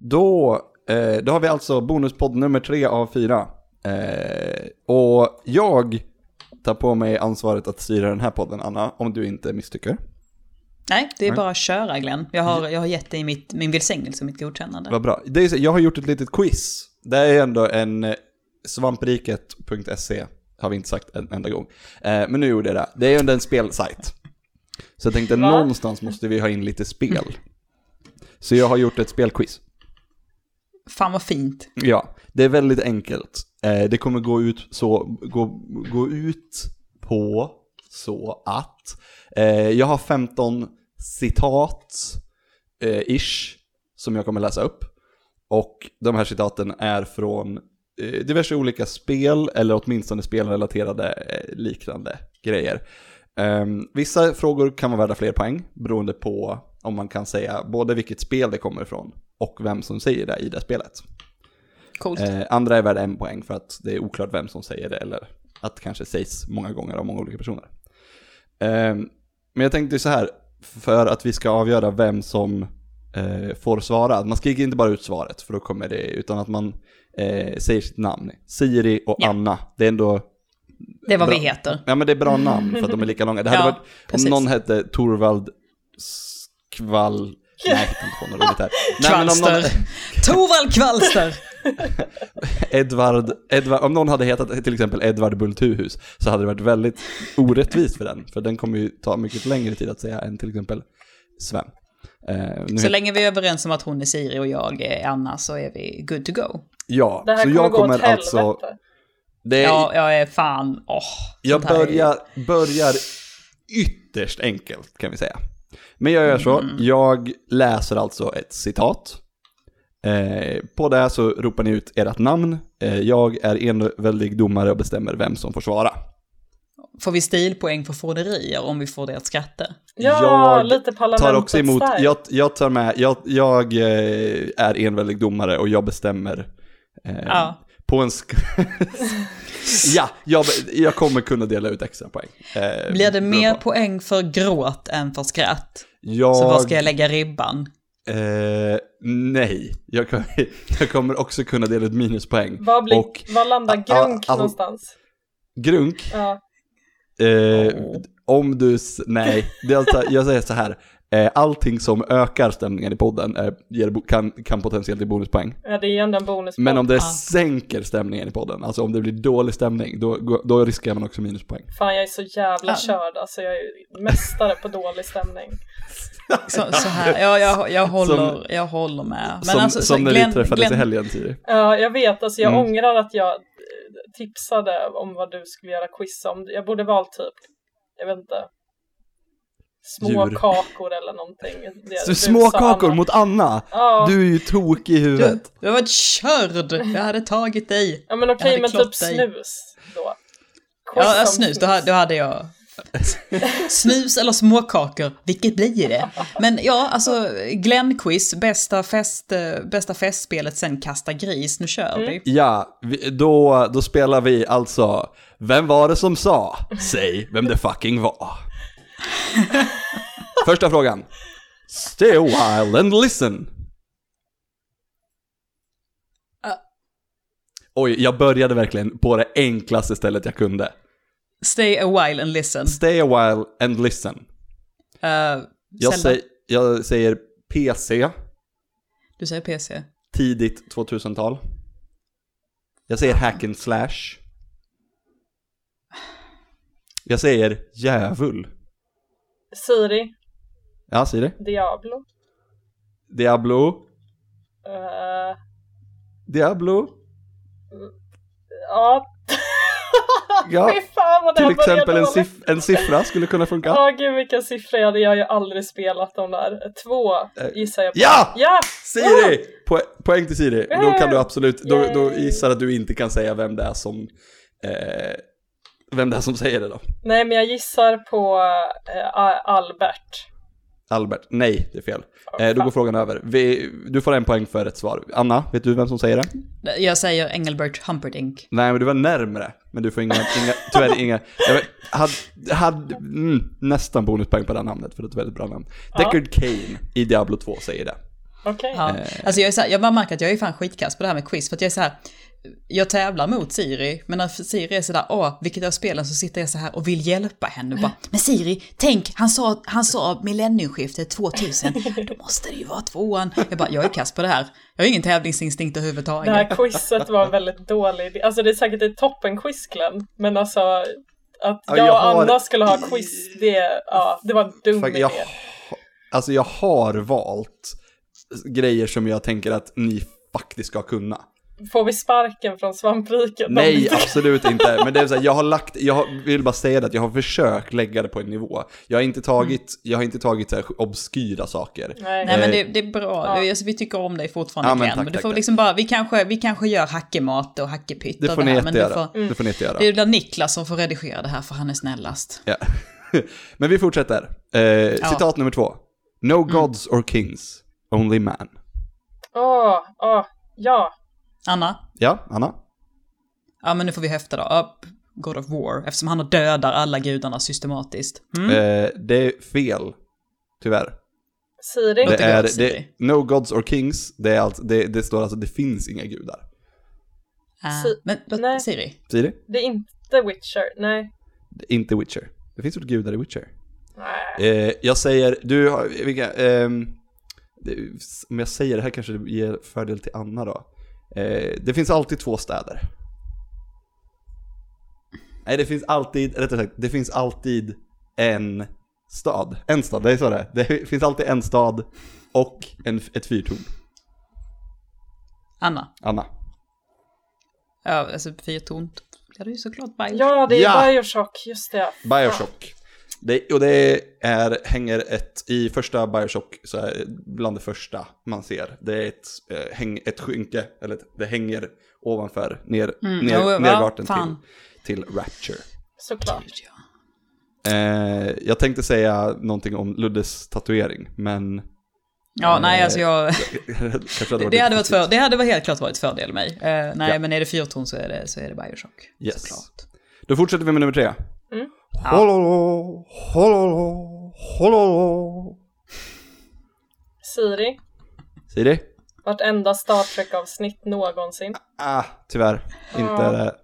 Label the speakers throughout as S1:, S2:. S1: Då, eh, då har vi alltså bonuspodd nummer tre av fyra. Eh, och jag tar på mig ansvaret att styra den här podden, Anna, om du inte misstycker.
S2: Nej, det är bara att köra Glenn. Jag har, jag har gett dig mitt, min välsignelse och mitt godkännande.
S1: Vad Mm. bra. Det är, så- jag har gjort ett litet quiz. Det är ändå en eh, svampriket.se, E, har vi inte sagt en enda gång. Eh, men nu gjorde jag det. Det är ju ändå en spelsajt. Så jag tänkte någonstans måste vi ha in lite spel. Så jag har gjort ett spelquiz.
S2: Fan vad fint.
S1: Ja, det är väldigt enkelt. Eh, det kommer gå ut, så, gå, gå ut på så att eh, jag har 15 citat eh, ish som jag kommer läsa upp. Och de här citaten är från eh, diverse olika spel eller åtminstone spelrelaterade eh, liknande grejer. Ehm, vissa frågor kan vara värda fler poäng beroende på om man kan säga både vilket spel det kommer ifrån och vem som säger det i det spelet.
S2: Coolt.
S1: Eh, andra är värda en poäng för att det är oklart vem som säger det eller att det kanske sägs många gånger av många olika personer. Eh, men jag tänkte så här, för att vi ska avgöra vem som eh, får svara. Man skriker inte bara ut svaret för då kommer det, utan att man eh, säger sitt namn. Siri och
S2: Ja.
S1: Anna, det är ändå
S2: det är vad
S1: bra.
S2: vi heter.
S1: Ja men det är bra namn för att de är lika långa. Det hade
S2: Ja,
S1: varit, om
S2: precis.
S1: någon hette Torvald Skvall... Nej, jag hittar inte på något roligt här. Nej, men om någon,
S2: Kvalster. Torvald Kvalster.
S1: Edvard, Edvard, om någon hade hetat till exempel Edvard Bultuhus så hade det varit väldigt orättvist för den. För den kommer ju ta mycket längre tid att säga än till exempel Sven. Eh, nu
S2: Så
S1: heter,
S2: länge vi är överens om att hon är Siri och jag är Anna så är vi good to
S1: Eh,
S2: go.
S1: ja,
S3: Det här
S1: så
S3: kommer
S1: jag
S3: gå
S1: kommer
S3: åt
S1: alltså...
S3: helvete.
S1: Det,
S2: Ja, jag är fan, åh.
S1: jag
S2: sånt här är-
S1: börjar, börjar ytterst enkelt kan vi säga. Men jag gör så,
S2: Mm.
S1: jag läser alltså ett citat. Eh, på det här så ropar ni ut ert namn. Eh, jag är enväldig domare och bestämmer vem som får svara.
S2: Får vi stilpoäng för fånerier om vi får det att skratta?
S3: Ja,
S1: Jag
S3: lite parlamentet
S1: tar också emot,
S3: style.
S1: jag, jag tar med, jag, jag eh, är enväldig domare och jag bestämmer eh,
S2: Ja.
S1: på en sk- Ja, jag, jag kommer kunna dela ut extra poäng. Eh,
S2: Blir det mer
S1: beroende på.
S2: poäng för gråt än för skratt?
S1: Jag,
S2: Så var ska jag lägga ribban?
S1: eh, nej, jag kommer, jag kommer också kunna dela ut minuspoäng.
S3: Vad blir,
S1: Och
S3: vad landar
S1: a- a-
S3: Grunk
S1: all-
S3: någonstans?
S1: Grunk,
S3: Ja.
S1: Eh, Om du, s- nej, det är alltså, jag säger så här. Eh, allting som ökar stämningen i podden eh, ger, bo- kan, kan potentiellt ge bonuspoäng.
S3: ja, det är ju ändå en bonus.
S1: Men om det
S2: Ah.
S1: sänker stämningen i podden, alltså om det blir dålig stämning, då, då riskerar man också minuspoäng.
S3: Fan, jag är så jävla
S2: Ja.
S3: körd. Alltså, jag är ju mästare på dålig stämning.
S2: Så, så här, ja, jag, jag, håller,
S1: Som-
S2: jag håller med. Men
S1: som
S2: alltså, så
S1: som när
S2: Glenn-
S1: vi träffades
S2: Glenn-
S1: i helgen, Siri.
S3: Ja, jag vet. Alltså, jag
S1: Mm.
S3: ångrar att jag eh, tipsade om vad du skulle göra quiz om. Jag borde valt typ, jag vet inte, små
S1: Djur.
S3: kakor eller någonting. Det-
S1: Så
S3: du
S1: Små
S3: sa
S1: kakor
S3: annat.
S1: mot Anna!
S3: Ja.
S1: Du är ju tokig i
S2: Du,
S1: huvudet.
S2: du har varit körd, jag hade tagit dig.
S3: Ja, men
S2: Jag
S3: okej,
S2: hade
S3: men
S2: klott
S3: typ
S2: dig.
S3: snus då. Quiz
S2: Ja,
S3: om
S2: snus, då, ha- då hade jag... Snus eller småkakor, vilket blir det? Men ja, alltså Glenn-quiz, bästa, fest, eh, bästa festspelet sen kasta gris, nu kör vi.
S1: Ja, vi, då, då spelar vi alltså Vem var det som sa? Säg vem det fucking var. Första frågan. Stay a while and listen. Oj, jag började verkligen på det enklaste stället jag kunde.
S2: Stay a while and listen.
S1: Stay a while and listen.
S2: Eh,
S1: Jag,
S2: Zelda,
S1: sä- jag säger PC,
S2: Du säger PC.
S1: tidigt 2000-tal. Jag säger hack and slash. Jag säger djävul.
S3: Siri,
S1: Ja, Siri.
S3: Diablo.
S1: Diablo.
S3: Eh,
S1: Diablo.
S3: ja.
S1: Ja,
S3: Fy fan vad det
S1: Till
S3: här börjar
S1: exempel en,
S3: dåligt.
S1: siff- en siffra skulle kunna funka.
S3: Ja, gud vilken siffra jag hade. Jag har ju aldrig spelat de där. Två gissar jag på.
S1: Eh, Ja!
S3: Ja!
S1: Siri! Po- poäng till Siri. Då kan du absolut, då,
S3: Yay.
S1: då gissar att du inte kan säga vem det är som, eh, vem det är som säger det då.
S3: Nej, men jag gissar på eh, A- Albert.
S1: Albert, nej, det är fel.
S3: Åh,
S1: Eh, då
S3: fan.
S1: går frågan över. Vi, du får en poäng för ett svar. Anna, vet du vem som säger det?
S2: Jag säger Engelbert Humperdinck.
S1: Nej, men du var närmre. Men du får inga, inga tyvärr inga. Jag vet, hade, hade, mm, nästan bonuspoäng på det här namnet, för det är ett väldigt bra namn.
S3: Ja.
S1: Deckard Kane i Diablo 2 säger det.
S3: Okej.
S2: Ja.
S1: Eh.
S2: Alltså jag, är så här, jag bara märker att jag är fan skitkass på det här med quiz, för att jag är så här, jag tävlar mot Siri, men när Siri är sådär, åh, vilket av spelen, så sitter jag så här och vill hjälpa henne. och Bara, men Siri, tänk, han sa, han sa millennieskiftet 2000, då måste det ju vara tvåan. Jag bara, jag är kass på det här. Jag har ingen tävlingsinstinkt
S3: Det
S2: överhuvudtaget.
S3: här quizet var en väldigt dålig idé. Alltså det är säkert ett toppenquiz Glenn, men alltså att
S1: Ja,
S3: jag,
S1: jag
S3: och
S1: har-
S3: Anna skulle ha quiz, det, ja, det var en dum
S1: Fuck,
S3: idé.
S1: jag, alltså jag har valt grejer som jag tänker att ni faktiskt ska kunna.
S3: Får vi sparken från svampriket? om vi
S1: Nej,
S3: inte-
S1: absolut inte. Men det är så här, jag har lagt, jag har- vill bara säga det att jag har försökt lägga det på en nivå. Jag har inte tagit, jag har inte tagit så här obskyra saker.
S3: Nej.
S2: Mm. Nej men
S1: Eh,
S2: det, det är bra, alltså, vi tycker om dig fortfarande
S1: Ja, men
S2: Glenn.
S1: tack,
S2: men du
S1: tack,
S2: får
S1: tack.
S2: liksom bara, vi kanske, vi kanske gör hackemat och hackepytt
S1: Det
S2: av
S1: får ni
S2: här, men du
S1: jättegöra.
S2: får, Mm.
S1: Det får ni inte göra.
S2: det är väl Niklas som får redigera det här för han är snällast.
S1: Ja. Men vi fortsätter. Eh, Citat nummer två. No
S2: Mm.
S1: gods or kings, only man.
S3: Åh, åh, ja.
S2: Anna?
S1: Ja, Anna?
S2: Ja men nu får vi höfta då. Upp, God of War, eftersom han dödar alla gudarna systematiskt. Mm.
S1: Eh, det är fel, tyvärr.
S3: Siri.
S1: Det
S2: Låter gott,
S1: är, det,
S2: Siri.
S1: no gods or kings, det, är alltså, det, det står alltså det finns inga gudar.
S2: Ah,
S3: Si-
S2: men då,
S3: Mm. nej.
S2: Siri?
S1: Siri?
S3: Det är inte Witcher, nej.
S1: Det är Inte Witcher. Det finns inte gudar i Witcher.
S3: Nej.
S1: Eh, jag säger, du har, vilka, ehm, det, om jag säger det här kanske det ger fördel till Anna då. Eh, det finns alltid två städer. Nej, det finns alltid, rättare sagt, det finns alltid en stad. En stad, det är så det är. Det finns alltid en stad och en, ett fyrtorn.
S2: Anna?
S1: Anna.
S2: Ja, alltså fyrtont. Ja, det är ju såklart Bioshock.
S3: Ja, det är
S1: Ja.
S3: Bioshock, just det.
S1: Bioshock. Det, och det är, hänger ett, i första Bioshock, så är det bland det första man ser, det är ett, eh, häng, ett skynke, eller ett, det hänger ovanför, ner, ner,
S2: Mm. jo, ja,
S1: nervarten
S2: fan.
S1: till, till Rapture.
S3: Såklart.
S1: Eh, jag tänkte säga någonting om Luddes tatuering, men...
S2: Ja, nej alltså
S1: eh,
S2: jag...
S1: kanske hade
S2: Det hade, varit
S1: lite
S2: för, det hade varit helt klart varit fördel mig. Eh, nej, men är det fyrton så är det, så är det Bioshock.
S1: Yes.
S2: Såklart.
S1: Då fortsätter vi med nummer tre.
S3: Mm.
S1: Hololo, hololo, hololo.
S3: Siri,
S1: Siri?
S3: vartenda Star Trek-avsnitt någonsin.
S1: Ah, tyvärr. Inte det.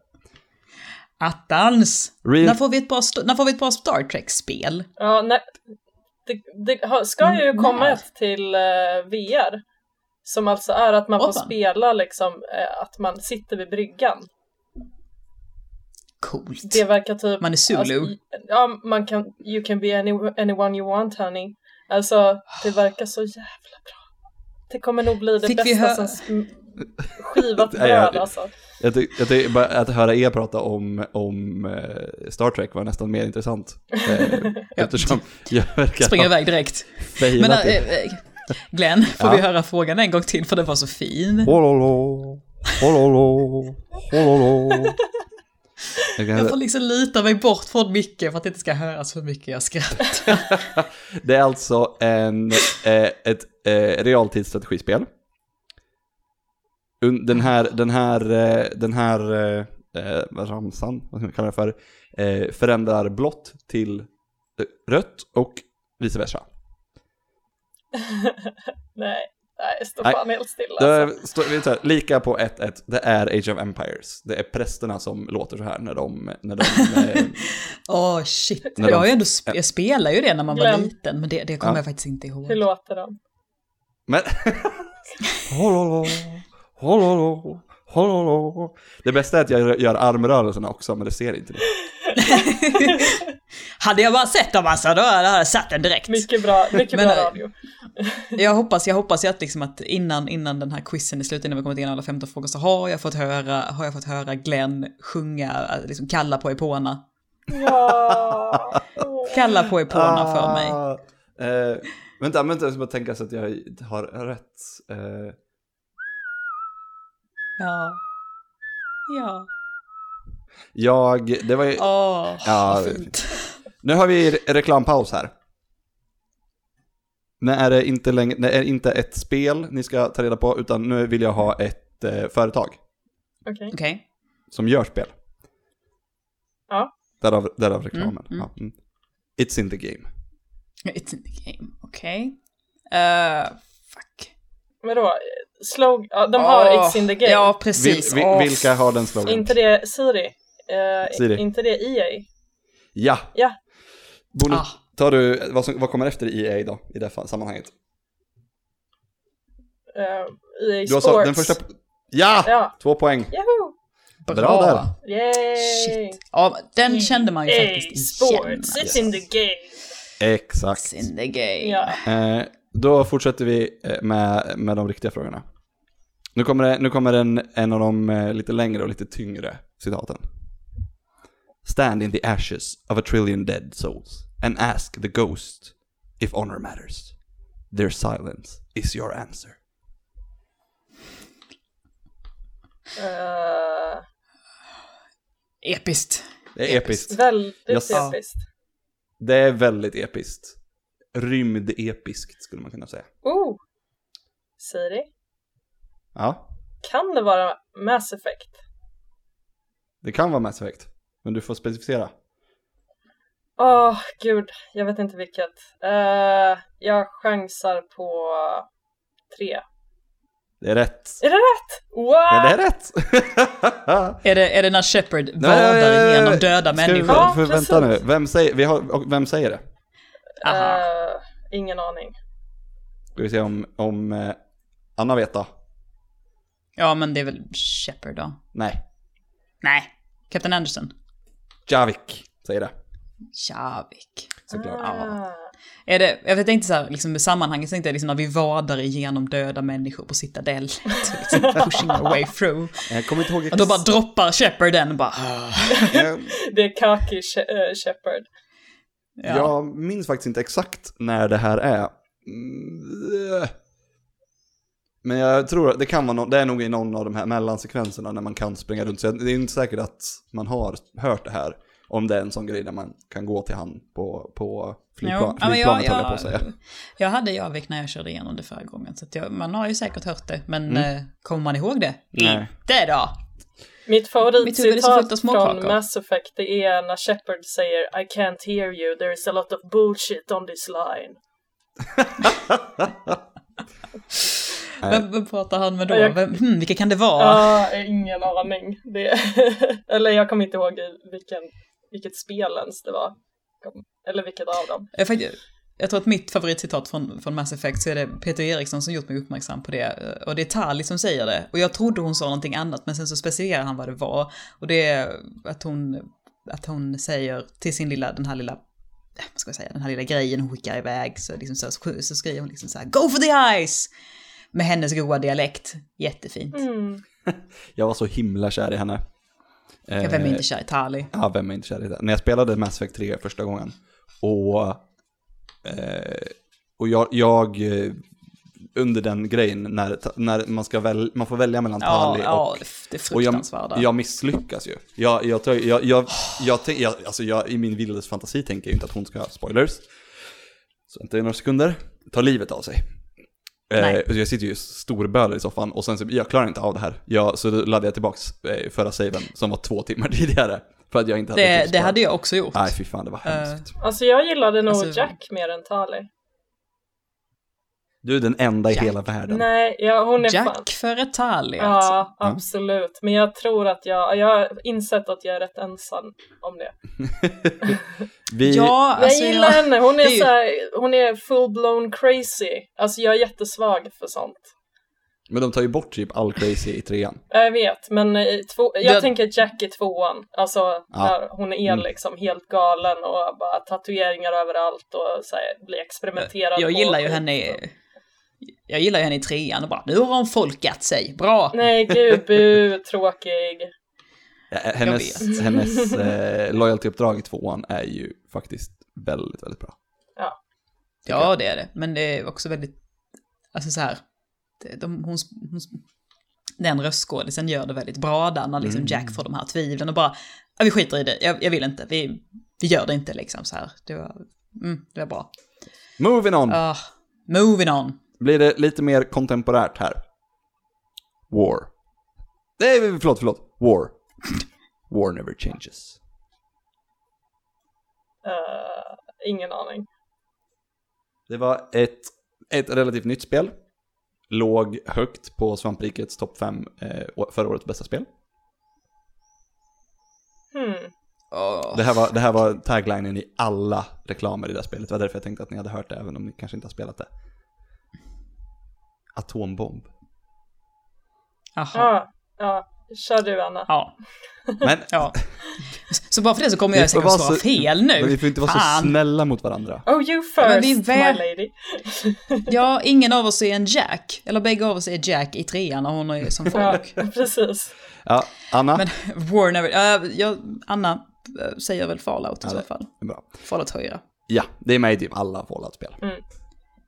S2: Attans!
S1: Real-
S2: När, får vi ett bra, st- när får vi ett bra Star Trek-spel?
S3: Ja, nej. Det, det har- ska ju
S2: Mm,
S3: komma
S2: nej.
S3: ett till eh, VR. Som alltså är att man får
S2: Åh, fan.
S3: spela liksom, eh, att man sitter vid bryggan.
S2: Coolt.
S3: Det verkar typ...
S2: Man är Zulu.
S3: Alltså, ja, man kan... You can be any, anyone you want, honey. Alltså, det verkar så jävla bra. Det kommer nog bli det
S2: Fick vi
S3: bästa
S2: hö-
S3: sen s- skivat
S1: Nej, jag-
S3: bröd, alltså.
S1: Jag tycker jag tycker bara att höra er prata om, om eh, Star Trek var nästan mer intressant. Eh, eftersom jag verkar
S2: Springer
S1: ha
S2: iväg direkt. Men,
S1: failat
S2: eh,
S1: i...
S2: eh, Glenn, får
S1: Ja.
S2: vi höra frågan en gång till för den var så fin?
S1: Hololo, hololo, hololo. Jag kan-
S2: Jag får liksom lita mig bort från mycket för att det inte ska höras hur mycket jag skrattar.
S1: Det är alltså en, eh, ett eh, realtidsstrategispel. Un- Den här, den här, eh, den här eh, eh, vad ramsan, vad ska man kalla det för, eh, förändrar blått till eh, rött och vice versa.
S3: Nej, nej, stå
S1: Nej.
S3: fan helt stilla.
S1: Det
S3: Alltså.
S1: är, står- vi tar lika på 1-1, det är Age of Empires. Det är prästerna som låter så här när de... När de eh,
S2: Åh shit,
S1: När de-
S2: jag, har ju ändå sp- jag spelar ju det när man var
S3: Glöm.
S2: liten men det, det kommer
S1: Ja.
S2: jag faktiskt inte ihåg.
S3: Hur låter de?
S1: men... Hololo, hololo, hololo. Det bästa är att jag gör armrörelserna också, men det ser inte ni.
S2: Hade jag bara sett dem alltså, då hade jag satt den direkt.
S3: Mycket bra, mycket
S2: Men,
S3: bra
S2: eh,
S3: radio.
S2: Jag hoppas, jag hoppas ju att, liksom att innan, innan den här quizen är slut, innan vi kommit igenom alla 15 frågor, så har jag fått höra, har jag fått höra Glenn sjunga, äh, liksom kalla på Epona.
S3: Ja.
S2: Kalla på Epona för mig.
S1: Ah, Eh, vänta, vänta, jag ska bara tänka så att jag har rätt. Eh,
S2: Ja. Ja.
S1: jag, det var ju...
S2: Åh,
S1: Ja,
S2: vad
S1: det är
S2: fint.
S1: Nu har vi re- reklampaus här. Nu är det inte, längre, det är inte ett spel ni ska ta reda på, utan nu vill jag ha ett eh, företag
S3: Okej.
S2: Okej.
S1: som gör spel.
S3: Ja.
S1: Därav, därav reklamen.
S2: Mm, mm.
S1: Ja, mm. It's in the game.
S2: Eh, It's in the game, okej. Okay. fuck.
S3: Vadå? Slog... Ja, de har
S2: Åh,
S3: It's in the game.
S2: Ja, precis.
S1: Vil, vil,
S2: Åh,
S1: vilka har den slogan?
S3: Inte det Siri. Eh,
S1: Siri.
S3: Inte det EA.
S1: Ja.
S3: Ja.
S1: Bonus,
S2: Ah.
S1: tar du, vad, som, vad kommer efter EA då, i det fa- sammanhanget?
S3: Eh, EA
S1: Du har
S3: Sports.
S1: så, den första... Ja!
S3: Ja.
S1: Två poäng.
S3: Yahoo!
S2: Bra.
S1: Bra där.
S3: Yay!
S2: Shit. Ja, den kände man ju
S3: EA
S2: faktiskt alltså. igen.
S3: Sports. It's in the game.
S1: Exakt.
S2: In the game.
S3: Ja.
S1: Eh, då fortsätter vi eh, med, med de riktiga frågorna. Nu kommer, det, nu kommer en, en av de eh, lite längre och lite tyngre citaten. Stand in the ashes of a trillion dead souls and ask the ghost if honor matters. Their silence is your answer.
S3: Eh,
S2: Episkt.
S1: Det är episkt.
S3: väldigt
S1: Jag sa-
S3: episkt.
S1: Det är väldigt episkt. Rymdepiskt skulle man kunna säga.
S3: Oh! Siri.
S1: Ja,
S3: Kan det vara Mass Effect?
S1: det kan vara Mass Effect. Men du får specificera.
S3: Åh, gud. Jag vet inte vilket. Eh, jag chansar på tre.
S1: Det är rätt.
S3: Är det rätt? Wow!
S1: Men det är rätt!
S2: Är det, är det när Shepard
S1: Nej, nej, nej,
S2: vadar
S1: nej.
S2: genom döda
S1: Ska vi-
S2: människor?
S3: Ja,
S1: för,
S3: precis.
S1: vänta nu, vem säger, vi har, och vem säger det?
S2: Aha.
S3: Eh, ingen aning.
S1: Ska vi se om, om eh, Anna vet då?
S2: Ja, men det är väl Shepard då?
S1: Nej,
S2: Nej, Captain Anderson.
S1: Javik säger det.
S2: Javik.
S1: Såklart.
S3: Ah.
S2: Är det, jag tänkte så här, liksom med sammanhanget, så tänkte jag liksom när vi vadar igenom döda människor på Citadel, liksom pushing our way through.
S1: Jag kommer inte ihåg
S2: Och då bara droppar Shepard den och bara...
S1: jag,
S3: Det är Kaki She- eh, Shepard.
S2: Ja.
S1: jag minns faktiskt inte exakt när det här är. Mm, eh. Men jag tror att det kan vara någon, det är nog i någon av de här mellansekvenserna när man kan springa runt. Så jag- det är inte säkert att man har hört det här. Om det är en sån grej där man kan gå till han på, på flygplan,
S2: ja, men
S1: flygplanet
S2: jag-
S1: höll jag
S2: jag-
S1: på att säga.
S2: Jag hade Javik när jag körde igenom det förra gången, så att jag, man har ju säkert hört det, men eh, kommer man ihåg det?
S1: Mm. Nej.
S2: Inte då!
S3: Mitt
S2: Mitt huvud är så fullt av
S3: favoritcitat
S2: småkakor.
S3: från Mass Effect det är när Shepard säger I can't hear you, there is a lot of bullshit on this line.
S2: Vem, vem pratar han med då?
S3: Jag-
S2: Vem, hmm, vilka kan det vara?
S3: Ah, ingen aning. Det... Eller jag kommer inte ihåg i vilken, vilket spel ens det var. Eller vilket av dem.
S2: Jag, fakt- jag tror att mitt favoritcitat från, från Mass Effect så är det Peter Eriksson som gjort mig uppmärksam på det. Och det är Tali som säger det. Och jag trodde hon sa någonting annat men sen så specificerar han vad det var. Och det är att hon, att hon säger till sin lilla, den här lilla eh, vad ska jag säga, den här lilla grejen hon skickar iväg så, liksom så, så, så skriver hon liksom så här Go for the eyes! Med hennes goa dialekt. Jättefint.
S3: Mm.
S1: Jag var så himla kär i henne.
S2: Ja, Vem är
S1: Eh,
S2: inte kär i Tali?
S1: Ja, vem är inte kär i det? När jag spelade Mass Effect 3 första gången och, eh, och jag, jag eh, under den grejen när, när man, ska väl, man får välja mellan
S2: Ja,
S1: Tali
S2: ja,
S1: och
S2: det
S1: och jag,
S2: fruktansvärda.
S1: jag misslyckas ju. Jag, jag, tar- jag, jag, jag, tänk- jag, alltså jag, I min vildes fantasi tänker jag inte att hon ska, spoilers, så inte i några sekunder, ta livet av sig. Eh,
S2: Nej.
S1: och jag sitter ju storbölar i soffan och sen så, jag klarar inte av det här. Jag, så då laddade jag tillbaks eh, förra saven som var två timmar tidigare. För att jag inte hade
S2: det, det hade jag också Eh. gjort.
S1: Nej fy fan, det var hemskt.
S3: Alltså jag gillade nog
S2: Alltså-
S3: Jack mer än Tali.
S1: Du är den enda i
S2: Jack.
S1: hela världen.
S3: Nej, ja, hon är fan...
S2: Jack före Tali
S3: Ja,
S2: alltså.
S3: absolut. Men jag tror att jag, jag har insett att jag är rätt ensam om det.
S1: Vi,
S2: Ja,
S3: Men
S2: alltså
S3: jag gillar henne, hon är,
S2: det är ju-
S3: så här, hon är full-blown crazy. Alltså jag är jättesvag för sånt.
S1: Men de tar ju bort typ all crazy i trean.
S3: Jag vet, men i två, jag
S2: Det-
S3: tänker Jack i tvåan. Alltså när hon är
S2: Mm.
S3: liksom helt galen och bara tatueringar överallt och så här, blir experimenterad
S2: jag
S3: på
S2: gillar ju
S3: och skit.
S2: henne i, Jag gillar ju henne i trean och bara nu har hon folkat sig, bra!
S3: Nej, gud, bu, tråkig.
S1: Ja, Hennes, hennes eh, loyalty-uppdrag i tvåan är ju faktiskt väldigt, väldigt bra.
S2: Ja det är det, men det är också väldigt, alltså så här, det- de, hon, hon, den röstskådisen gör det väldigt bra där när liksom
S1: Mm.
S2: Jack får de här tvivlen och bara, ja, vi skiter i det, jag, jag vill inte, vi, vi gör det inte liksom så här. Det var, mm, det var bra.
S1: Moving on!
S2: Ah, moving on.
S1: Blir det lite mer kontemporärt här. War. Nej, förlåt, förlåt. War. War never changes.
S3: Eh, ingen aning.
S1: Det var ett, ett relativt nytt spel. låg högt på Svamprikets topp 5 eh, förra årets bästa spel.
S3: Hmm.
S2: Åh.
S1: Det här, var, det här var taglinen i alla reklamer i det här spelet. Det var därför jag tänkte att ni hade hört det, även om ni kanske inte har spelat det. Atombomb.
S2: Jaha.
S3: Ja, ja. Kör du Anna.
S2: Ja.
S1: Men,
S2: ja. Så bara för det så kommer
S1: Vi
S2: jag
S1: får
S2: säkert
S1: vara
S2: att svara
S1: så-
S2: fel nu.
S1: men vi får inte vara så
S2: Fan.
S1: snälla mot varandra.
S3: Oh you
S2: men
S3: first
S2: vi är
S3: my
S2: väl-
S3: lady.
S2: Ja, ingen av oss är en Jack. Eller bägge av oss är Jack i trean och hon är som
S3: Ja,
S2: folk.
S3: precis.
S1: Ja, Anna.
S2: Men War never... Uh, jag, Anna eh, säger väl Fallout i
S1: Ja,
S2: så
S1: det-
S2: fall.
S1: Det är Bra.
S2: Fallout höjra.
S1: Ja, det är med i typ alla Fallout-spel.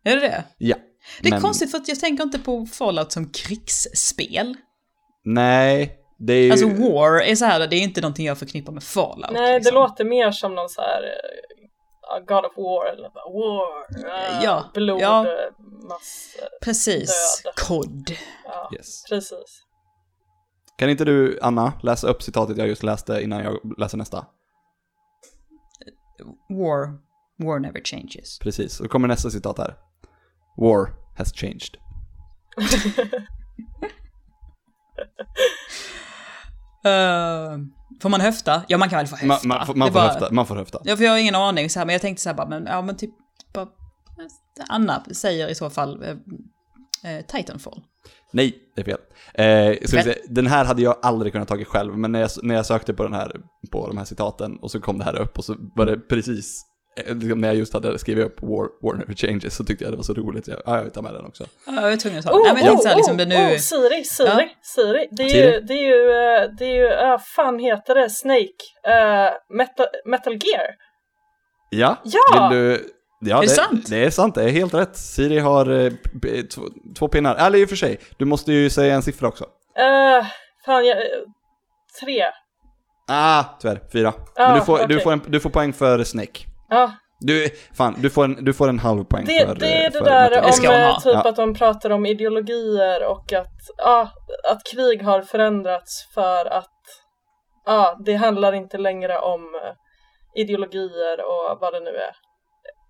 S2: Är det det?
S1: Ja.
S2: Mm. Det är
S1: men-
S2: konstigt för att jag tänker inte på Fallout som krigsspel.
S1: Nej, det är ju...
S2: Alltså War är så här, det är inte någonting jag förknippar med Fallout.
S3: Nej,
S2: liksom.
S3: det låter mer som någon så här eh, ja, God of War eller bara War. eh,
S2: Ja,
S3: Blod,
S2: ja.
S3: eh, mass, eh,
S2: Precis,
S3: död.
S2: kod.
S3: ja,
S1: yes.
S3: precis.
S1: Kan inte du, Anna, läsa upp citatet jag just läste innan jag läser nästa?
S2: War. War never changes.
S1: Precis, då kommer nästa citat här. War has changed.
S2: Eh, får man höfta? Ja, man kan väl få höfta.
S1: Man, man, får- man,
S2: Det är
S1: får
S2: bara-
S1: höfta, man får höfta.
S2: Ja, för jag har ingen aning så här, men jag tänkte så här bara, men ja men typ bara, Anna säger i så fall eh, eh, Titanfall.
S1: Nej, det är fel. Eh, ska vi
S2: Men-
S1: se. Den här hade jag aldrig kunnat tagit själv, men när jag, när jag sökte på, den här, på de här citaten och så kom det här upp och så var det precis eh, liksom när jag just hade skrivit upp War, War Never Changes så tyckte jag det var så roligt. så Jag, ja, jag tar med den också.
S2: Ja, jag är tvungen att ta det. Nej men jag tänkte så här, liksom det nu...
S3: oh, Siri, Siri,
S2: Ja.
S3: Siri. Det är ju,
S1: Siri.
S3: det är ju, eh, det är ju, uh, fan heter det, Snake, eh, metal, metal Gear.
S1: Ja,
S3: Ja!
S1: vill du... Ja,
S2: Är det sant?
S1: Det är sant, det är helt rätt. Siri har eh, p- två, två pinnar. Eller i och för sig, du måste ju säga en siffra också.
S3: Eh, fan, jag, eh, tre.
S1: Ah, tyvärr, fyra.
S3: Ah,
S1: Men du får, du,
S3: okej.
S1: får en, du får poäng för Snake.
S3: Ja,
S1: Du, fan, du får en, du får en halv poäng
S3: det,
S1: för...
S3: det är
S1: eh,
S3: det
S1: för
S3: där
S1: Metal
S3: om
S1: Gear.
S2: Det ska hon
S3: eh,
S2: ha.
S3: typ
S1: Ja.
S3: att de pratar om ideologier och att, ja, att krig har förändrats för att ja, det handlar inte längre om eh, ideologier och vad det nu är.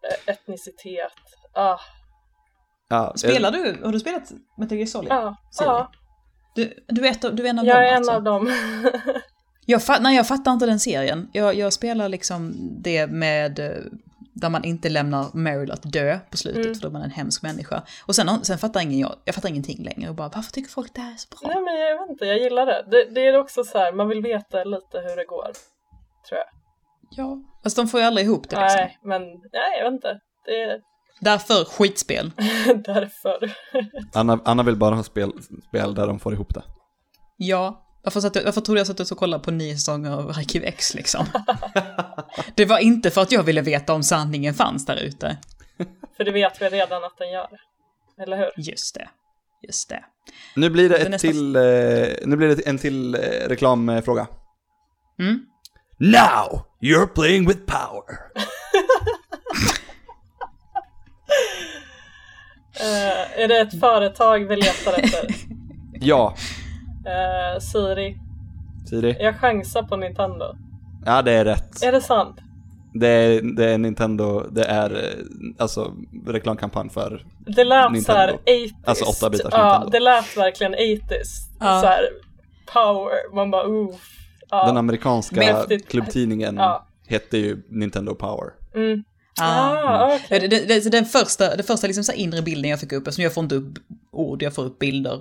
S3: Eh, Etnicitet. Ja,
S1: Ja, eh,
S2: Spelar du? Har du spelat Metal Gear Solid?
S3: ja,
S2: Ser
S3: ja.
S2: Du, du, är ett, av- du är en av
S3: Jag
S2: dem
S3: är en
S2: alltså?
S3: av dem.
S2: Jag, fa- nej, jag fattar inte den serien. Jag, jag spelar liksom det med eh, där man inte lämnar Meryl att dö på slutet
S3: Mm.
S2: för då är man en hemsk människa. Och sen, har- sen fattar ingen jag, jag fattar ingenting längre och bara varför tycker folk det här är så bra?
S3: Nej men jag vet inte, jag gillar det. det. Det är också så här, man vill veta lite hur det går. Tror jag.
S2: Ja. Fast de får ju aldrig ihop det liksom.
S3: Nej, men nej, jag vet inte. Det är
S2: Därför skitspel.
S3: därför.
S1: Anna, Anna vill bara ha spel, spel där de får ihop det.
S2: Ja. Varför, satt jag, varför trodde jag satt och kollade på nio säsonger av Arkiv X liksom? det var inte för att jag ville veta om sanningen fanns där ute.
S3: För det vet vi redan att den gör. Eller hur?
S2: Just det. Just det.
S1: Nu blir det, ett
S2: nästa-
S1: till, eh, nu blir det en till eh, reklamfråga.
S2: Mm.
S1: Now you're playing with power.
S3: Eh, är det ett företag vi letar efter?
S1: Ja,
S3: Eh, Siri,
S1: Siri.
S3: jag chansar på Nintendo.
S1: Ja, det är rätt.
S3: Är det sant?
S1: Det är, det är Nintendo, det är eh, alltså reklamkampanj för...
S3: Det lät
S1: Nintendo.
S3: såhär 80s.
S1: Alltså 8-bitars
S3: Ja,
S1: Nintendo.
S3: det lät verkligen 80s.
S2: Ja.
S3: Så här, power. Man bara oof. Ja.
S1: Den amerikanska
S3: Mäktigt.
S1: klubbtidningen
S3: Ja.
S1: hette ju Nintendo Power.
S3: mm.
S2: Ah.
S3: ah,
S2: Ja,
S3: okej.
S2: det, det, det, den första, det första liksom så här inre bilden jag fick upp, eftersom jag får inte upp ord, jag får upp bilder.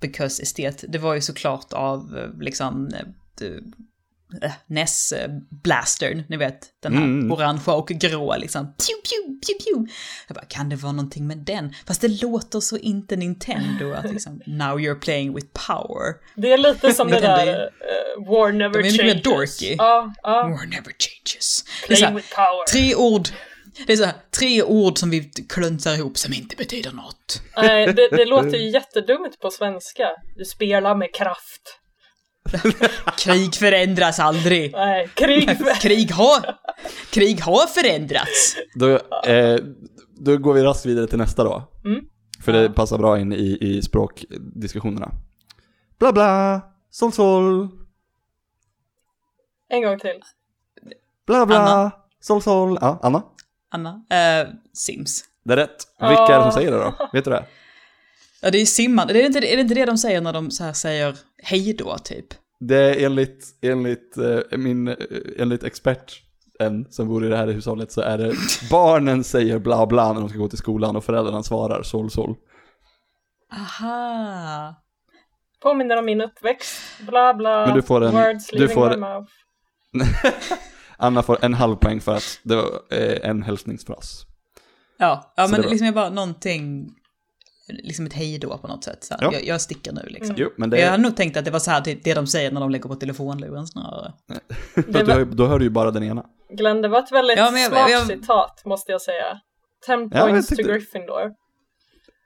S2: Because estet, det var ju såklart av eh, liksom eh, eh, NES eh, blastern, ni vet den här
S1: Mm.
S2: orangea och gråa liksom. Pew, pew, pew, pew. Jag bara, kan det vara någonting med den? Fast det låter så inte Nintendo att liksom, now you're playing with power.
S3: Det är lite som det
S2: Nintendo är
S3: där
S2: ju-
S3: eh, War Never
S2: De är lite mer
S3: Changes.
S2: dorky.
S3: Ja, ja.
S2: War never changes. Det är så
S3: Playing
S2: här,
S3: with power.
S2: tre ord, det är så här, tre ord som vi klunsar ihop som inte betyder något.
S3: Nej, det, det låter ju jättedumt på svenska. Du spelar med kraft.
S2: Krig förändras aldrig.
S3: Nej, krig.
S2: Krig har, krig har förändrats.
S1: Då, eh, då går vi raskt vidare till nästa då.
S3: Mm.
S1: För det passar bra in i, i språkdiskussionerna. Bla bla, sol sol,
S3: En gång till.
S1: bla bla,
S2: Anna.
S1: sol sol. Ja, Anna.
S2: Anna, eh, Sims.
S1: Det är rätt. Vilka är det som
S3: Ah.
S1: säger det då? Vet du det?
S2: Ja, det är ju simmande. Det är, inte, är det inte det de säger när de så här säger hej då, typ?
S1: Det är enligt, enligt, eh, min, eh, enligt experten som bor i det här hushållet så är det barnen säger bla bla när de ska gå till skolan och föräldrarna svarar sol sol.
S2: Aha.
S3: Påminner om min uppväxt. Bla bla.
S1: Men du får en-
S3: words
S1: du
S3: leaving
S1: får-
S3: my mouth.
S1: Anna får en halv poäng för att det var eh, en hälsningsfras.
S2: Ja, ja
S1: Så
S2: men
S1: det var-
S2: liksom jag bara någonting, liksom ett hej då på något sätt. Så här,
S1: Ja.
S2: jag, jag sticker nu liksom.
S1: Jo, men
S2: Jag
S1: det,
S2: hade nog tänkt att det var så här typ det de säger när de lägger på telefonluren snarare.
S1: då,
S3: Det
S1: du,
S3: var,
S1: hör- då hör du ju bara den ena.
S3: Glenn, det var ett väldigt
S2: Ja, men jag-
S3: smart
S2: jag-
S3: citat måste jag säga.
S1: Ja,
S3: Ten
S1: men jag
S3: points to
S1: tyckte-
S3: Gryffindor.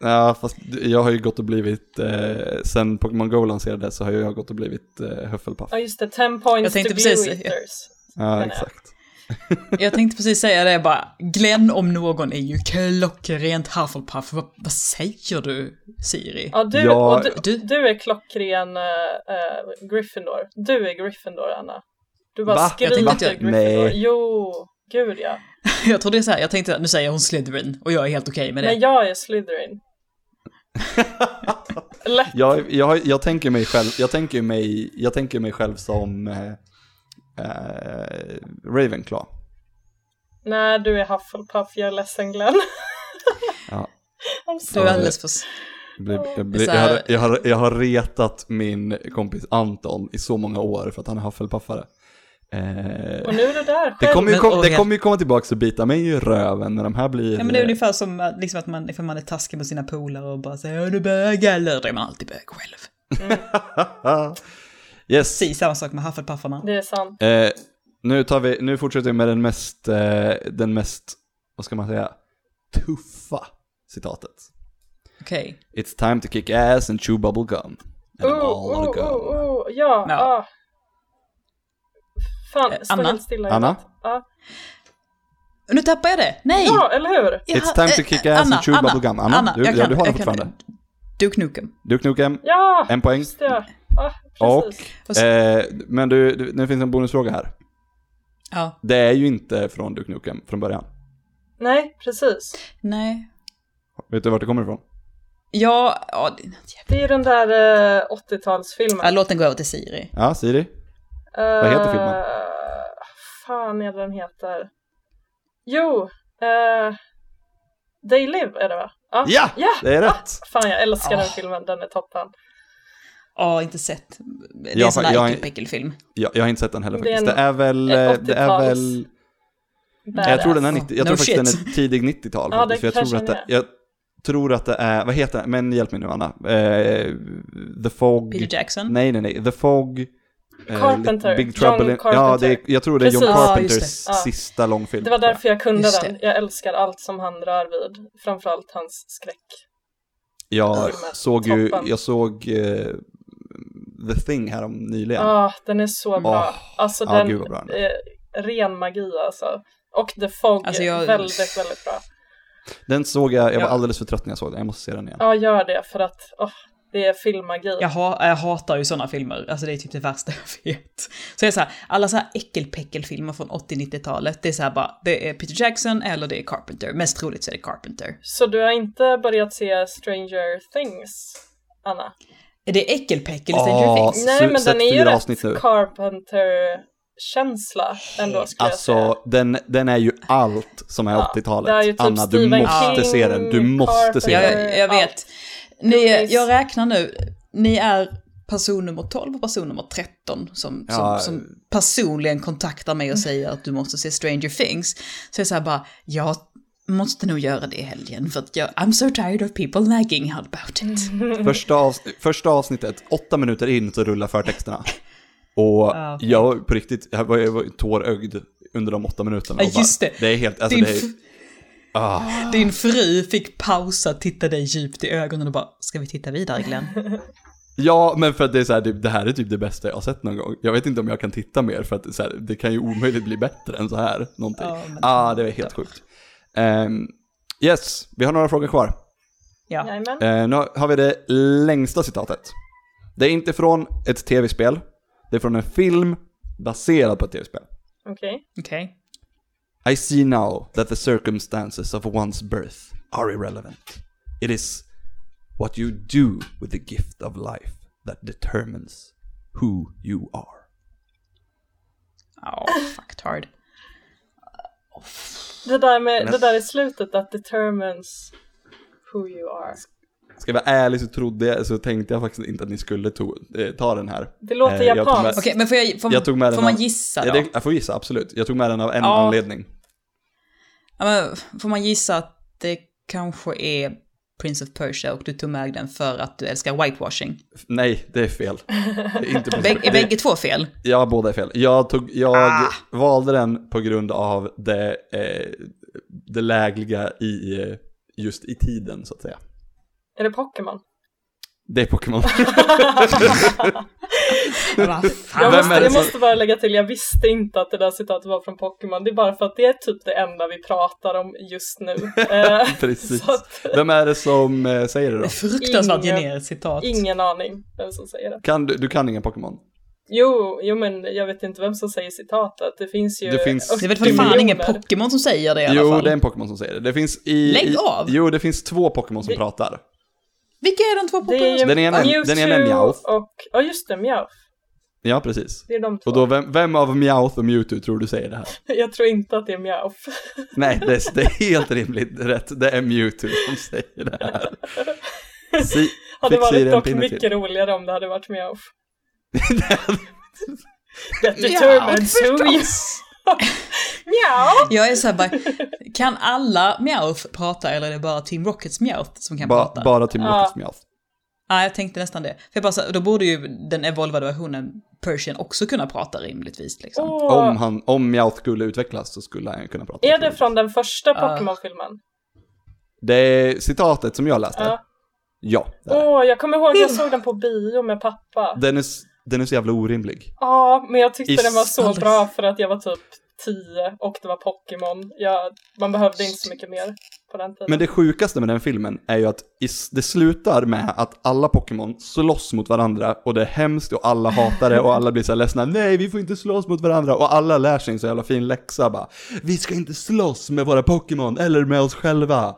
S1: Ja, fast jag har ju gått och blivit, eh, sen Pokémon Go lanserades så har jag gått och blivit eh, Hufflepuff.
S3: Ja just det, ten points
S2: tänkte
S3: to
S2: precis-
S3: Glue Eaters.
S1: Ja,
S3: är-
S1: exakt.
S2: Jag tänkte precis säga det bara, Glenn om någon är ju klockrent Hufflepuff. Vad, vad säger du, Siri?
S3: Ja, du,
S1: Ja,
S3: och du,
S2: du-
S3: du... är klockren eh, eh, Gryffindor. Du är Gryffindor, Anna. Du bara
S1: Va? Jag
S3: skriker
S2: tänkte att
S1: jag-
S3: Gryffindor.
S1: Nej.
S3: Jo, gud ja.
S2: Jag tror det är så här, jag tänkte att nu säger hon Slytherin och jag är helt okej med det.
S3: Men jag är Slytherin. Lätt.
S1: Jag, jag, jag tänker mig själv, jag tänker mig, jag tänker mig själv som eh, eh, Ravenclaw.
S3: Nej, du är Hufflepuff, jag är ledsen Glenn.
S1: Ja.
S3: I'm
S2: Du är
S3: sorry.
S2: alldeles för...
S1: Jag, blir, jag, blir,
S2: Så
S1: jag,
S2: här-
S1: har, jag, har, jag har retat min kompis Anton i så många år för att han är Hufflepuffare. Eh,
S3: Och nu är du där själv.
S1: det kommer ju,
S2: Men-
S1: kom,
S2: och
S1: det
S2: jag-
S1: kommer ju komma tillbaka och bita mig i röven när de här blir...
S2: Ja men det är ungefär som att- liksom att man, ifall man är taskig mot sina polare och bara säger "Ja, du bög eller? Då är man alltid bög själv.
S1: eh, ah, yes.
S2: Precis samma sak med Hufflepuffarna.
S3: Det är sant.
S1: Eh, nu, tar vi, nu fortsätter vi med den mest, eh, den mest, vad ska man säga, tuffa citatet.
S2: Okej.
S1: It's time to kick ass and chew bubble gum. And I'm all
S3: Oh,
S1: out
S3: oh,
S1: of gum.
S3: oh, oh. Ja,
S2: Ja.
S3: ah.
S2: Eh,
S3: Fan, stå
S2: Anna?
S3: helt stilla. i
S1: Anna?
S3: huvudet. Ja.
S2: Nu tappar jag det! Nej!
S3: Ja, eller hur?
S2: Jag
S1: It's
S2: har-
S1: time to
S2: eh,
S1: kick ass and chew bubble gum. Anna, du- ja, du har den
S2: jag
S1: fortfarande.
S2: Duke Nukem.
S1: Du Nukem,
S3: Ja,
S1: en poäng.
S3: just det. Ah, precis.
S1: Och, eh, men du, du, nu finns en bonusfråga här.
S2: Ja.
S1: Det är ju inte från Duke Nukem från början.
S3: Nej, precis.
S2: Nej.
S1: Vet du vart det kommer ifrån?
S2: Ja, ja, det-
S3: Det är ju den där eh, 80-talsfilmen.
S2: ja, låt den gå över till Siri.
S1: Ja, Siri?
S3: Eh,
S1: vad heter filmen?
S3: Fan är det den heter? Jo, eh, They Live är det va? Ah.
S1: Ja!
S3: ja!
S1: Det är rätt!
S3: Fan jag älskar den
S2: Ah.
S3: filmen, den är toppen.
S2: Ja, inte sett. Det är
S1: Ja,
S2: en sån
S1: fan, jag
S2: där
S1: är-
S2: äckelpäckelfilm.
S1: Jag, jag har inte sett den heller
S3: Det är
S1: faktiskt. Det
S3: en-
S1: är väl...
S3: en
S1: eh, Det är
S3: 80-tals.
S1: väl...
S3: Badass.
S1: Jag tror den är 90, jag
S2: No
S1: tror faktiskt den
S2: shit.
S1: är tidig 90-tal.
S3: Ja,
S1: faktiskt,
S3: det
S1: för jag, tror
S3: kanske
S1: att det,
S3: den
S1: jag tror att det är, vad heter den? Men hjälp mig nu Anna. Eh, The Fog.
S2: Peter Jackson.
S1: Nej, nej, nej. The Fog. eh,
S3: Carpenter.
S1: Big
S3: John
S1: Trouble in, Ja,
S3: Carpenter.
S1: det är, jag tror det är John
S3: Precis.
S2: Ja,
S1: Carpenters
S2: just
S3: det. Ja.
S1: sista långfilm.
S3: Det var därför jag kunde
S2: Just
S3: den.
S2: det.
S3: Jag älskar allt som han rör vid. Framförallt hans skräck.
S1: Jag
S3: Filmen.
S1: såg ju,
S3: Toppen.
S1: jag såg eh, The Thing härom nyligen.
S3: Ja, Ah, den är så bra.
S1: Åh.
S3: Alltså
S1: Ja,
S3: den,
S1: gud vad bra den
S3: eh, ren magi alltså. Och The Fog,
S2: Alltså, jag-
S3: väldigt, väldigt bra.
S1: Den såg jag, jag var
S2: Ja.
S1: alldeles för trött när jag såg den, jag måste se den igen.
S3: Ja, gör det för att åh, det är filmmagi.
S2: Jag, ha, jag hatar ju sådana filmer, alltså det är typ det värsta jag vet. Så det är så här, alla så här äckelpäckelfilmer från 80-90-talet, det är så här bara, det är Peter Jackson eller det är Carpenter. Mest troligt så är det Carpenter.
S3: Så du har inte börjat se Stranger Things, Anna?
S2: Är det äckelpäckel i
S1: Åh,
S2: Stranger Things?
S1: s-
S3: Nej, men
S1: sett
S3: den är ju
S1: fyra
S3: rätt
S1: avsnitt nu.
S3: Carpenter-känsla ändå skulle jag säga.
S1: Alltså, den, den är ju allt som är
S3: Ja,
S1: 80-talet.
S3: det är ju typ
S1: Anna, du
S3: Stephen
S1: måste
S3: King,
S1: se den, du måste se
S2: Ja,
S1: den.
S2: jag, jag vet.
S3: Allt.
S2: Ni,
S3: Precis.
S2: jag räknar nu, ni är person nummer 12 och person nummer 13 som,
S1: Ja. eh.
S2: som, som personligen kontaktar mig och säger att du måste se Stranger Things. Så jag säger bara, jag måste nog göra det i helgen för att jag, I'm so tired of people nagging about it.
S1: Alltså, Första, avs första avsnittet, åtta minuter in så rullar förtexterna. Och
S2: Ja, Ah, okej.
S1: jag var på riktigt, jag var, jag var tårögd under de åtta minuterna.
S2: Ja,
S1: och bara,
S2: just det.
S1: Det är helt, alltså
S2: Din,
S1: det är, Ah.
S2: f- din fru fick pausa, titta dig djupt i ögonen och bara, ska vi titta vidare Glenn?
S1: ja men för att det är så här, det, det här är typ det bästa jag har sett någon gång. Jag vet inte om jag kan titta mer för att så här, det kan ju omöjligt bli bättre än så här, någonting.
S2: Ja, men-
S1: ah, det är helt sjukt. Ehm, yes, vi har några frågor kvar.
S2: Ja.
S3: Jajamän.
S1: Eh, nu har vi det längsta citatet. Det är inte från ett tv-spel, det är från en film baserad på ett tv-spel.
S3: Okej.
S2: Okej.
S1: I see now that the circumstances of one's birth are irrelevant. It is What you do with the gift of life that determines who you are.
S2: Oh, fucked hard.
S3: Det där, med, det där i slutet, att determines who you are.
S1: Ska jag vara ärlig så trodde jag, så tänkte jag faktiskt inte att ni skulle to, eh, ta den här.
S3: Det låter
S1: Eh, jag tog med-
S3: japanskt.
S2: Okej, men får, jag, får,
S1: Jag tog med den
S2: får man
S1: av-
S2: gissa
S1: Ja,
S2: då?
S1: det, jag får gissa, absolut. Jag tog med den av en
S2: Ja.
S1: anledning.
S2: Ja, men får man gissa att det kanske är Prince of Persia och du tog med den för att du älskar whitewashing?
S1: F- Nej, det är fel. Det är inte
S2: Bäg, är
S1: det,
S2: bägge två fel?
S1: Ja, båda är fel. Jag, tog, jag
S2: Ah.
S1: valde den på grund av det, eh, det lägliga i, eh, just i tiden, så att säga.
S3: Är det Pokémon?
S1: Det är Pokémon.
S2: Vad
S3: Jag
S1: Vem
S2: fan?
S3: måste,
S1: är det
S3: jag
S1: som-
S3: måste bara lägga till, jag visste inte att det där citatet var från Pokémon. Det är bara för att det är typ det enda vi pratar om just nu. Eh,
S1: Precis.
S3: Så att,
S1: Vem är det som eh, säger det då?
S2: Det är fruktansvärt
S3: Ingen-
S2: generiskt citat.
S3: ingen aning vem som säger det.
S1: Kan, du, du kan ingen Pokémon?
S3: Jo, jo, men jag vet inte vem som säger citatet. Det finns ju
S1: Det finns-
S2: Det är väl för fan ingen
S3: miljoner.
S2: Pokémon som säger det i alla
S1: Jo,
S2: fall?
S1: det är en Pokémon som säger det. Det finns i...
S2: Lägg
S1: i-
S2: av!
S1: Jo, det finns två Pokémon som
S3: Det-
S1: pratar.
S2: Vilka är de två
S3: Det är ju
S2: Pokémon?
S1: Den ena-
S3: Mewtwo
S1: den ena är Meowth.
S3: och, ja just det, Meowth.
S1: Ja, precis.
S3: Det är de två.
S1: Och då, vem, vem av Meowth och Mewtwo tror du säger det här?
S3: Jag tror inte att det är Meowth.
S1: Nej, det är, det är helt rimligt rätt. Det är Mewtwo som säger det här. Si,
S3: hade
S1: fick Siri
S3: varit
S1: en
S3: dock
S1: pinne
S3: mycket
S1: till.
S3: roligare om det hade varit Meowth. That
S2: Ja,
S3: determines who you... Meow!
S2: Jag är såhär bara, kan alla Meowth prata eller är det bara Team Rockets Meowth som kan
S1: Ba,
S2: prata?
S1: bara till Rockets
S3: Ja.
S1: Meowth.
S2: Ja, jag tänkte nästan det. För jag bara, så här, då borde ju den evolvade versionen Persian också kunna prata rimligtvis liksom.
S3: Åh,
S1: Om, han, om Meowth skulle utvecklas så skulle han kunna prata.
S3: Är
S1: till
S3: det från den första
S2: Ah.
S3: Pokémon-filmen?
S1: Det är citatet som jag läste.
S3: Ja.
S1: Ja, det är det.
S3: Åh, jag kommer ihåg jag såg den på bio med pappa.
S1: den är, s- den är så jävla orimlig.
S3: Ja, men jag tyckte
S1: Is-
S3: den var så
S2: alldeles-
S3: bra för att jag var typ 10 och det var Pokémon. Jag, man behövde inte så mycket mer på den tiden.
S1: Men det sjukaste med den filmen är ju att i s- det slutar med att alla Pokémon slåss mot varandra och det är hemskt och alla hatar det och alla blir så här ledsna. Nej, vi får inte slåss mot varandra och alla lär sig en så jävla fin läxa bara. Vi ska inte slåss med våra Pokémon eller med oss själva.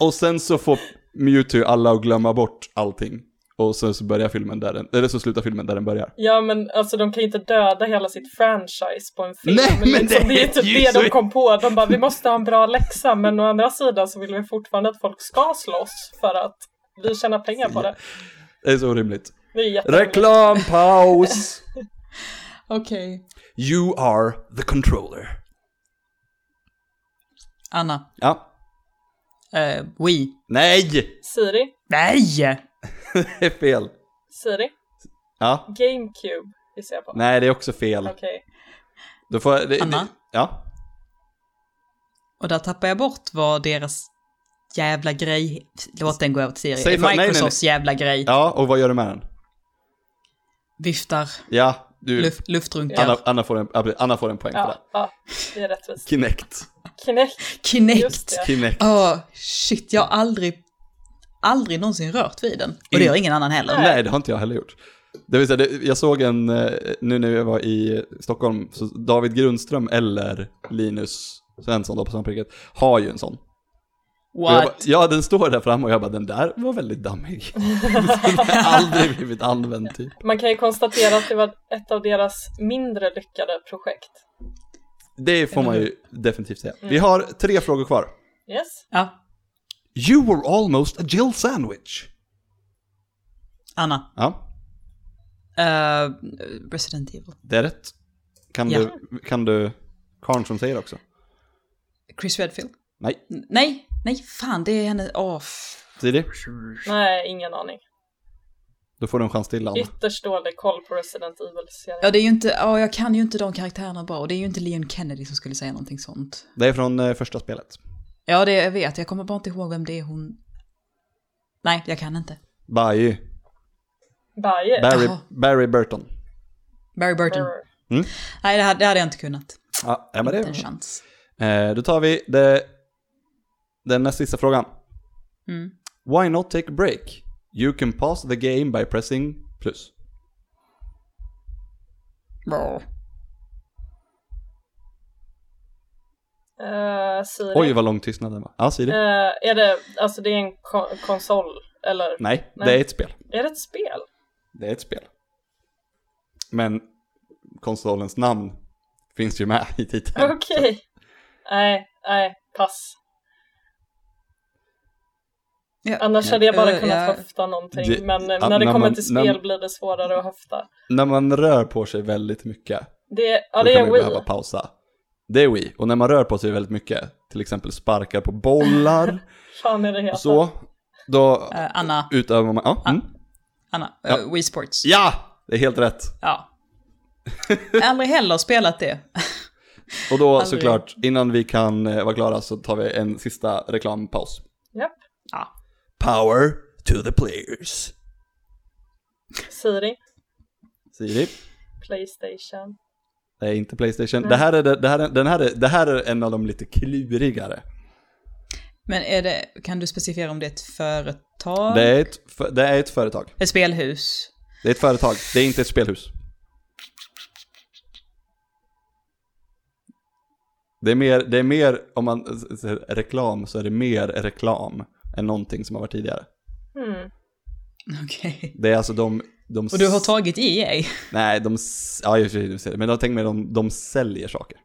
S1: Och sen så får Mewtwo alla att glömma bort allting. Och sen så börjar filmen där den, eller så slutar filmen där den börjar.
S3: Ja, men alltså de kan ju inte döda hela sitt franchise på en film.
S1: Nej, men
S3: liksom,
S1: det
S3: det är
S1: är
S3: typ
S1: ju
S3: det
S1: så-
S3: de kom på. De bara, vi måste ha en bra läxa, men å andra sidan så vill vi fortfarande att folk ska slåss för att vi tjänar pengar på det.
S1: Det är så orimligt.
S3: Det är jätteroligt.
S1: Reklampaus!
S2: Okej.
S1: You are the controller.
S2: Anna,
S1: Ja.
S2: eh, Wii.
S1: Nej!
S3: Siri,
S2: Nej!
S1: Det är fel.
S3: Siri,
S1: Ja.
S3: GameCube gissar jag på.
S1: Nej, det är också fel.
S3: Okej.
S1: Då får jag, det,
S2: Anna?
S1: Det, ja.
S2: Och där tappar jag bort vad deras jävla grej, låt den gå över till Siri,
S1: Säg för- nej, nej, nej.
S2: Microsofts jävla grej,
S1: ja, och vad gör du med den?
S2: viftar,
S1: Ja, du.
S2: luf, luftrunkar,
S1: Anna, Anna, får en, ja, precis, Anna får en poäng för
S3: Ja,
S1: det.
S3: ja, det är rättvist.
S1: Kinect.
S3: Kinect, just
S2: Kinect.
S3: det.
S1: Kinect.
S2: Åh, shit, jag har aldrig, aldrig någonsin rört vid den. Och det
S1: Mm.
S2: gör ingen annan heller.
S1: Nej, det har inte jag heller gjort. Det vill säga, det, jag såg en, eh, nu när jag var i Stockholm, så David Grundström eller Linus Svensson då på Svampriket har ju en sån. Och jag bara,
S2: What?
S1: ja, den står där framme och jag bara, den där var väldigt dammig. den har aldrig blivit använd typ.
S3: Man kan ju konstatera att det var ett av deras mindre lyckade projekt.
S1: Det får man ju definitivt säga. Vi har tre frågor kvar.
S3: Yes?
S2: Ja,
S1: You were almost a Jill sandwich.
S2: Anna.
S1: Ja.
S2: Eh, Resident Evil.
S1: Det är rätt. Kan
S2: Ja.
S1: du, kan du, Karn som säger också?
S2: Chris Redfield.
S1: Nej,
S2: N- Nej, nej, fan det är henne. Åh, f-
S1: Siri,
S3: Nej, ingen aning.
S1: då får du en chans till Anna.
S3: Ytterst dålig koll på Resident Evil-serien.
S2: ja det är ju inte, ja jag kan ju inte de karaktärerna bra. Och det är ju inte Leon Kennedy som skulle säga någonting sånt.
S1: Det är från eh, första spelet.
S2: Ja, det jag vet. Jag kommer bara inte ihåg vem det är hon... Nej, jag kan inte.
S1: Bye.
S3: Baje.
S1: Barry,
S2: Jaha.
S1: Barry Burton.
S2: Barry Burton.
S3: Brr.
S2: Nej, det hade, det hade jag inte kunnat.
S1: Ja, ja men det
S2: Inte en
S1: är
S2: chans.
S1: eh, Då tar vi det, den näst sista frågan.
S2: Mm.
S1: Why not take a break? You can pass the game by pressing plus.
S2: Bra.
S3: Eh, Siri.
S1: Oj, vad lång tystnaden var. Ja, Siri.
S2: Eh,
S3: Eh, är det, alltså det är en ko- konsol Eller
S1: Nej,
S3: Nej.
S1: det är ett spel.
S3: är det ett spel?
S1: Det är ett spel. Men konsolens namn finns ju med i titeln.
S3: Okej. Nej, nej, pass.
S2: Ja.
S3: Annars hade jag bara
S2: Eh,
S3: kunnat
S2: ja.
S3: höfta någonting.
S1: Det-
S3: men eh,
S1: ja,
S3: när det
S1: när
S3: kommer
S1: man-
S3: till
S1: när-
S3: spel blir det svårare att höfta.
S1: När man rör på sig väldigt mycket,
S3: Det, ja,
S1: då
S3: det
S1: kan man
S3: är
S1: ju
S3: Wii.
S1: behöva pausa. Det är Wii, och när man rör på sig väldigt mycket, till exempel sparkar på bollar
S3: Fan är det heter.
S1: och så, då
S2: Eh, Anna,
S1: utövar man... Ja, mm.
S2: Anna, eh, Wii Sports.
S1: ja, det är helt rätt.
S2: Ja. Aldrig heller spelat det.
S1: Och då
S2: Aldrig.
S1: såklart, innan vi kan eh, vara klara så tar vi en sista reklampaus.
S3: Japp.
S2: Ja.
S1: Power to the players.
S3: Siri,
S1: Siri.
S3: Playstation.
S1: Det är inte Playstation. Det här är, det, det här är, den här är, det här är en av de lite klurigare.
S2: Men är det, kan du specificera om det är ett företag?
S1: Det är, ett, f- det är ett företag.
S2: Ett spelhus?
S1: Det är ett företag. Det är inte ett spelhus. Det är mer, det är mer om man s- s- reklam så är det mer reklam än någonting som har varit tidigare.
S3: Hmm.
S2: Okej.
S1: Det är alltså de... de
S2: Och du har
S1: s-
S2: tagit E EA?
S1: Nej, de... s- Ja, jag ser det. Men jag tänker mig de, de säljer saker.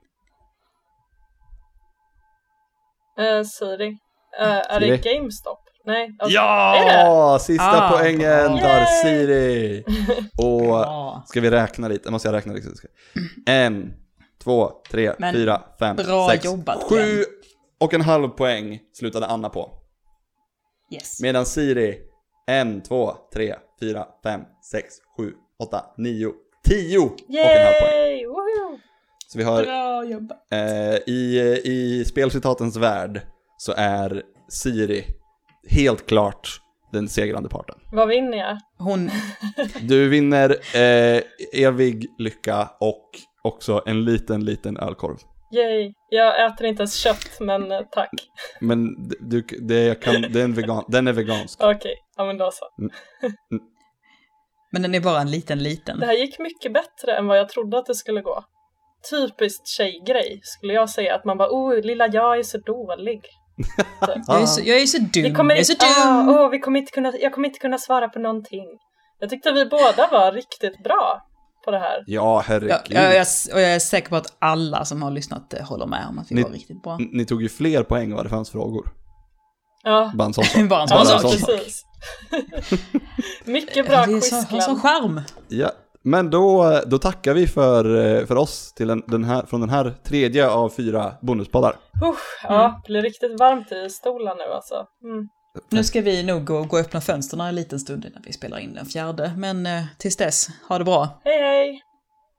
S3: Eh, Siri, Eh, är det
S1: Siri.
S3: GameStop? Nej. alltså-
S1: Ja! Sista
S2: Ah,
S1: poängen
S2: bra.
S1: tar
S3: Yay!
S1: Siri! Och
S2: Bra.
S1: ska vi räkna lite? Måste jag räkna lite? En, två, tre,
S2: Men
S1: fyra, fem,
S2: bra
S1: sex,
S2: jobbat,
S1: sju
S2: Glenn.
S1: och en halv poäng slutade Anna på.
S2: Yes.
S1: Medan Siri, en, två, tre, fyra, fem, sex, sju, åtta, nio, tio och en halv poäng.
S3: Yay! Woohoo!
S1: Så vi har
S2: Bra jobbat.
S1: Eh, I, I spelcitatens värld så är Siri helt klart den segrande parten.
S3: Vad vinner jag?
S2: Hon,
S1: Du vinner eh, evig lycka och också en liten, liten ölkorv.
S3: Yay! Jag äter inte ens kött, men eh, tack.
S1: Men d- du, det, jag kan, det är en vegan, den är vegansk.
S3: Okej, ja men då så.
S2: men den är bara en liten, liten.
S3: Det här gick mycket bättre än vad jag trodde att det skulle gå. Typiskt tjejgrej skulle jag säga, att man bara oh, lilla jag är så dålig.
S2: Jag är så, jag är så dum,
S3: Vi kommer
S2: Mm. jag är så
S3: inte,
S2: dum.
S3: ah, åh, vi kommer inte kunna, jag kommer inte kunna svara på någonting. Jag tyckte vi båda var riktigt bra på det här.
S1: Ja,
S2: Ja,
S1: herregud.
S2: jag, jag, och jag är säker på att alla som har lyssnat eh, håller med om att vi
S1: Ni-
S2: var riktigt bra.
S1: N- Ni tog ju fler poäng än vad det fanns frågor.
S3: Ja,
S1: Bara en sån sak.
S2: Bara en sån
S3: ja
S2: Vad sa
S1: en
S2: sak.
S1: sån sak.
S3: precis. mycket bra
S2: det är
S3: quiz,
S2: så, har sån
S3: Glenn.
S2: charm.
S1: Ja, men då, då tackar vi för, eh, för oss till den, den här, från den här tredje av fyra bonuspoddar.
S3: Usch, Ja,
S2: Mm.
S3: det blir riktigt varmt i stolen nu alltså. Mm.
S2: Nu ska vi nog gå, gå och öppna fönstren en liten stund innan vi spelar in den fjärde. Men eh, tills dess, ha det bra.
S3: Hej hej!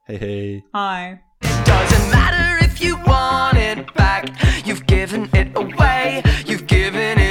S1: Hej hej.
S2: Hej.
S4: Doesn't matter if you want it back, you've given it away, you've given it.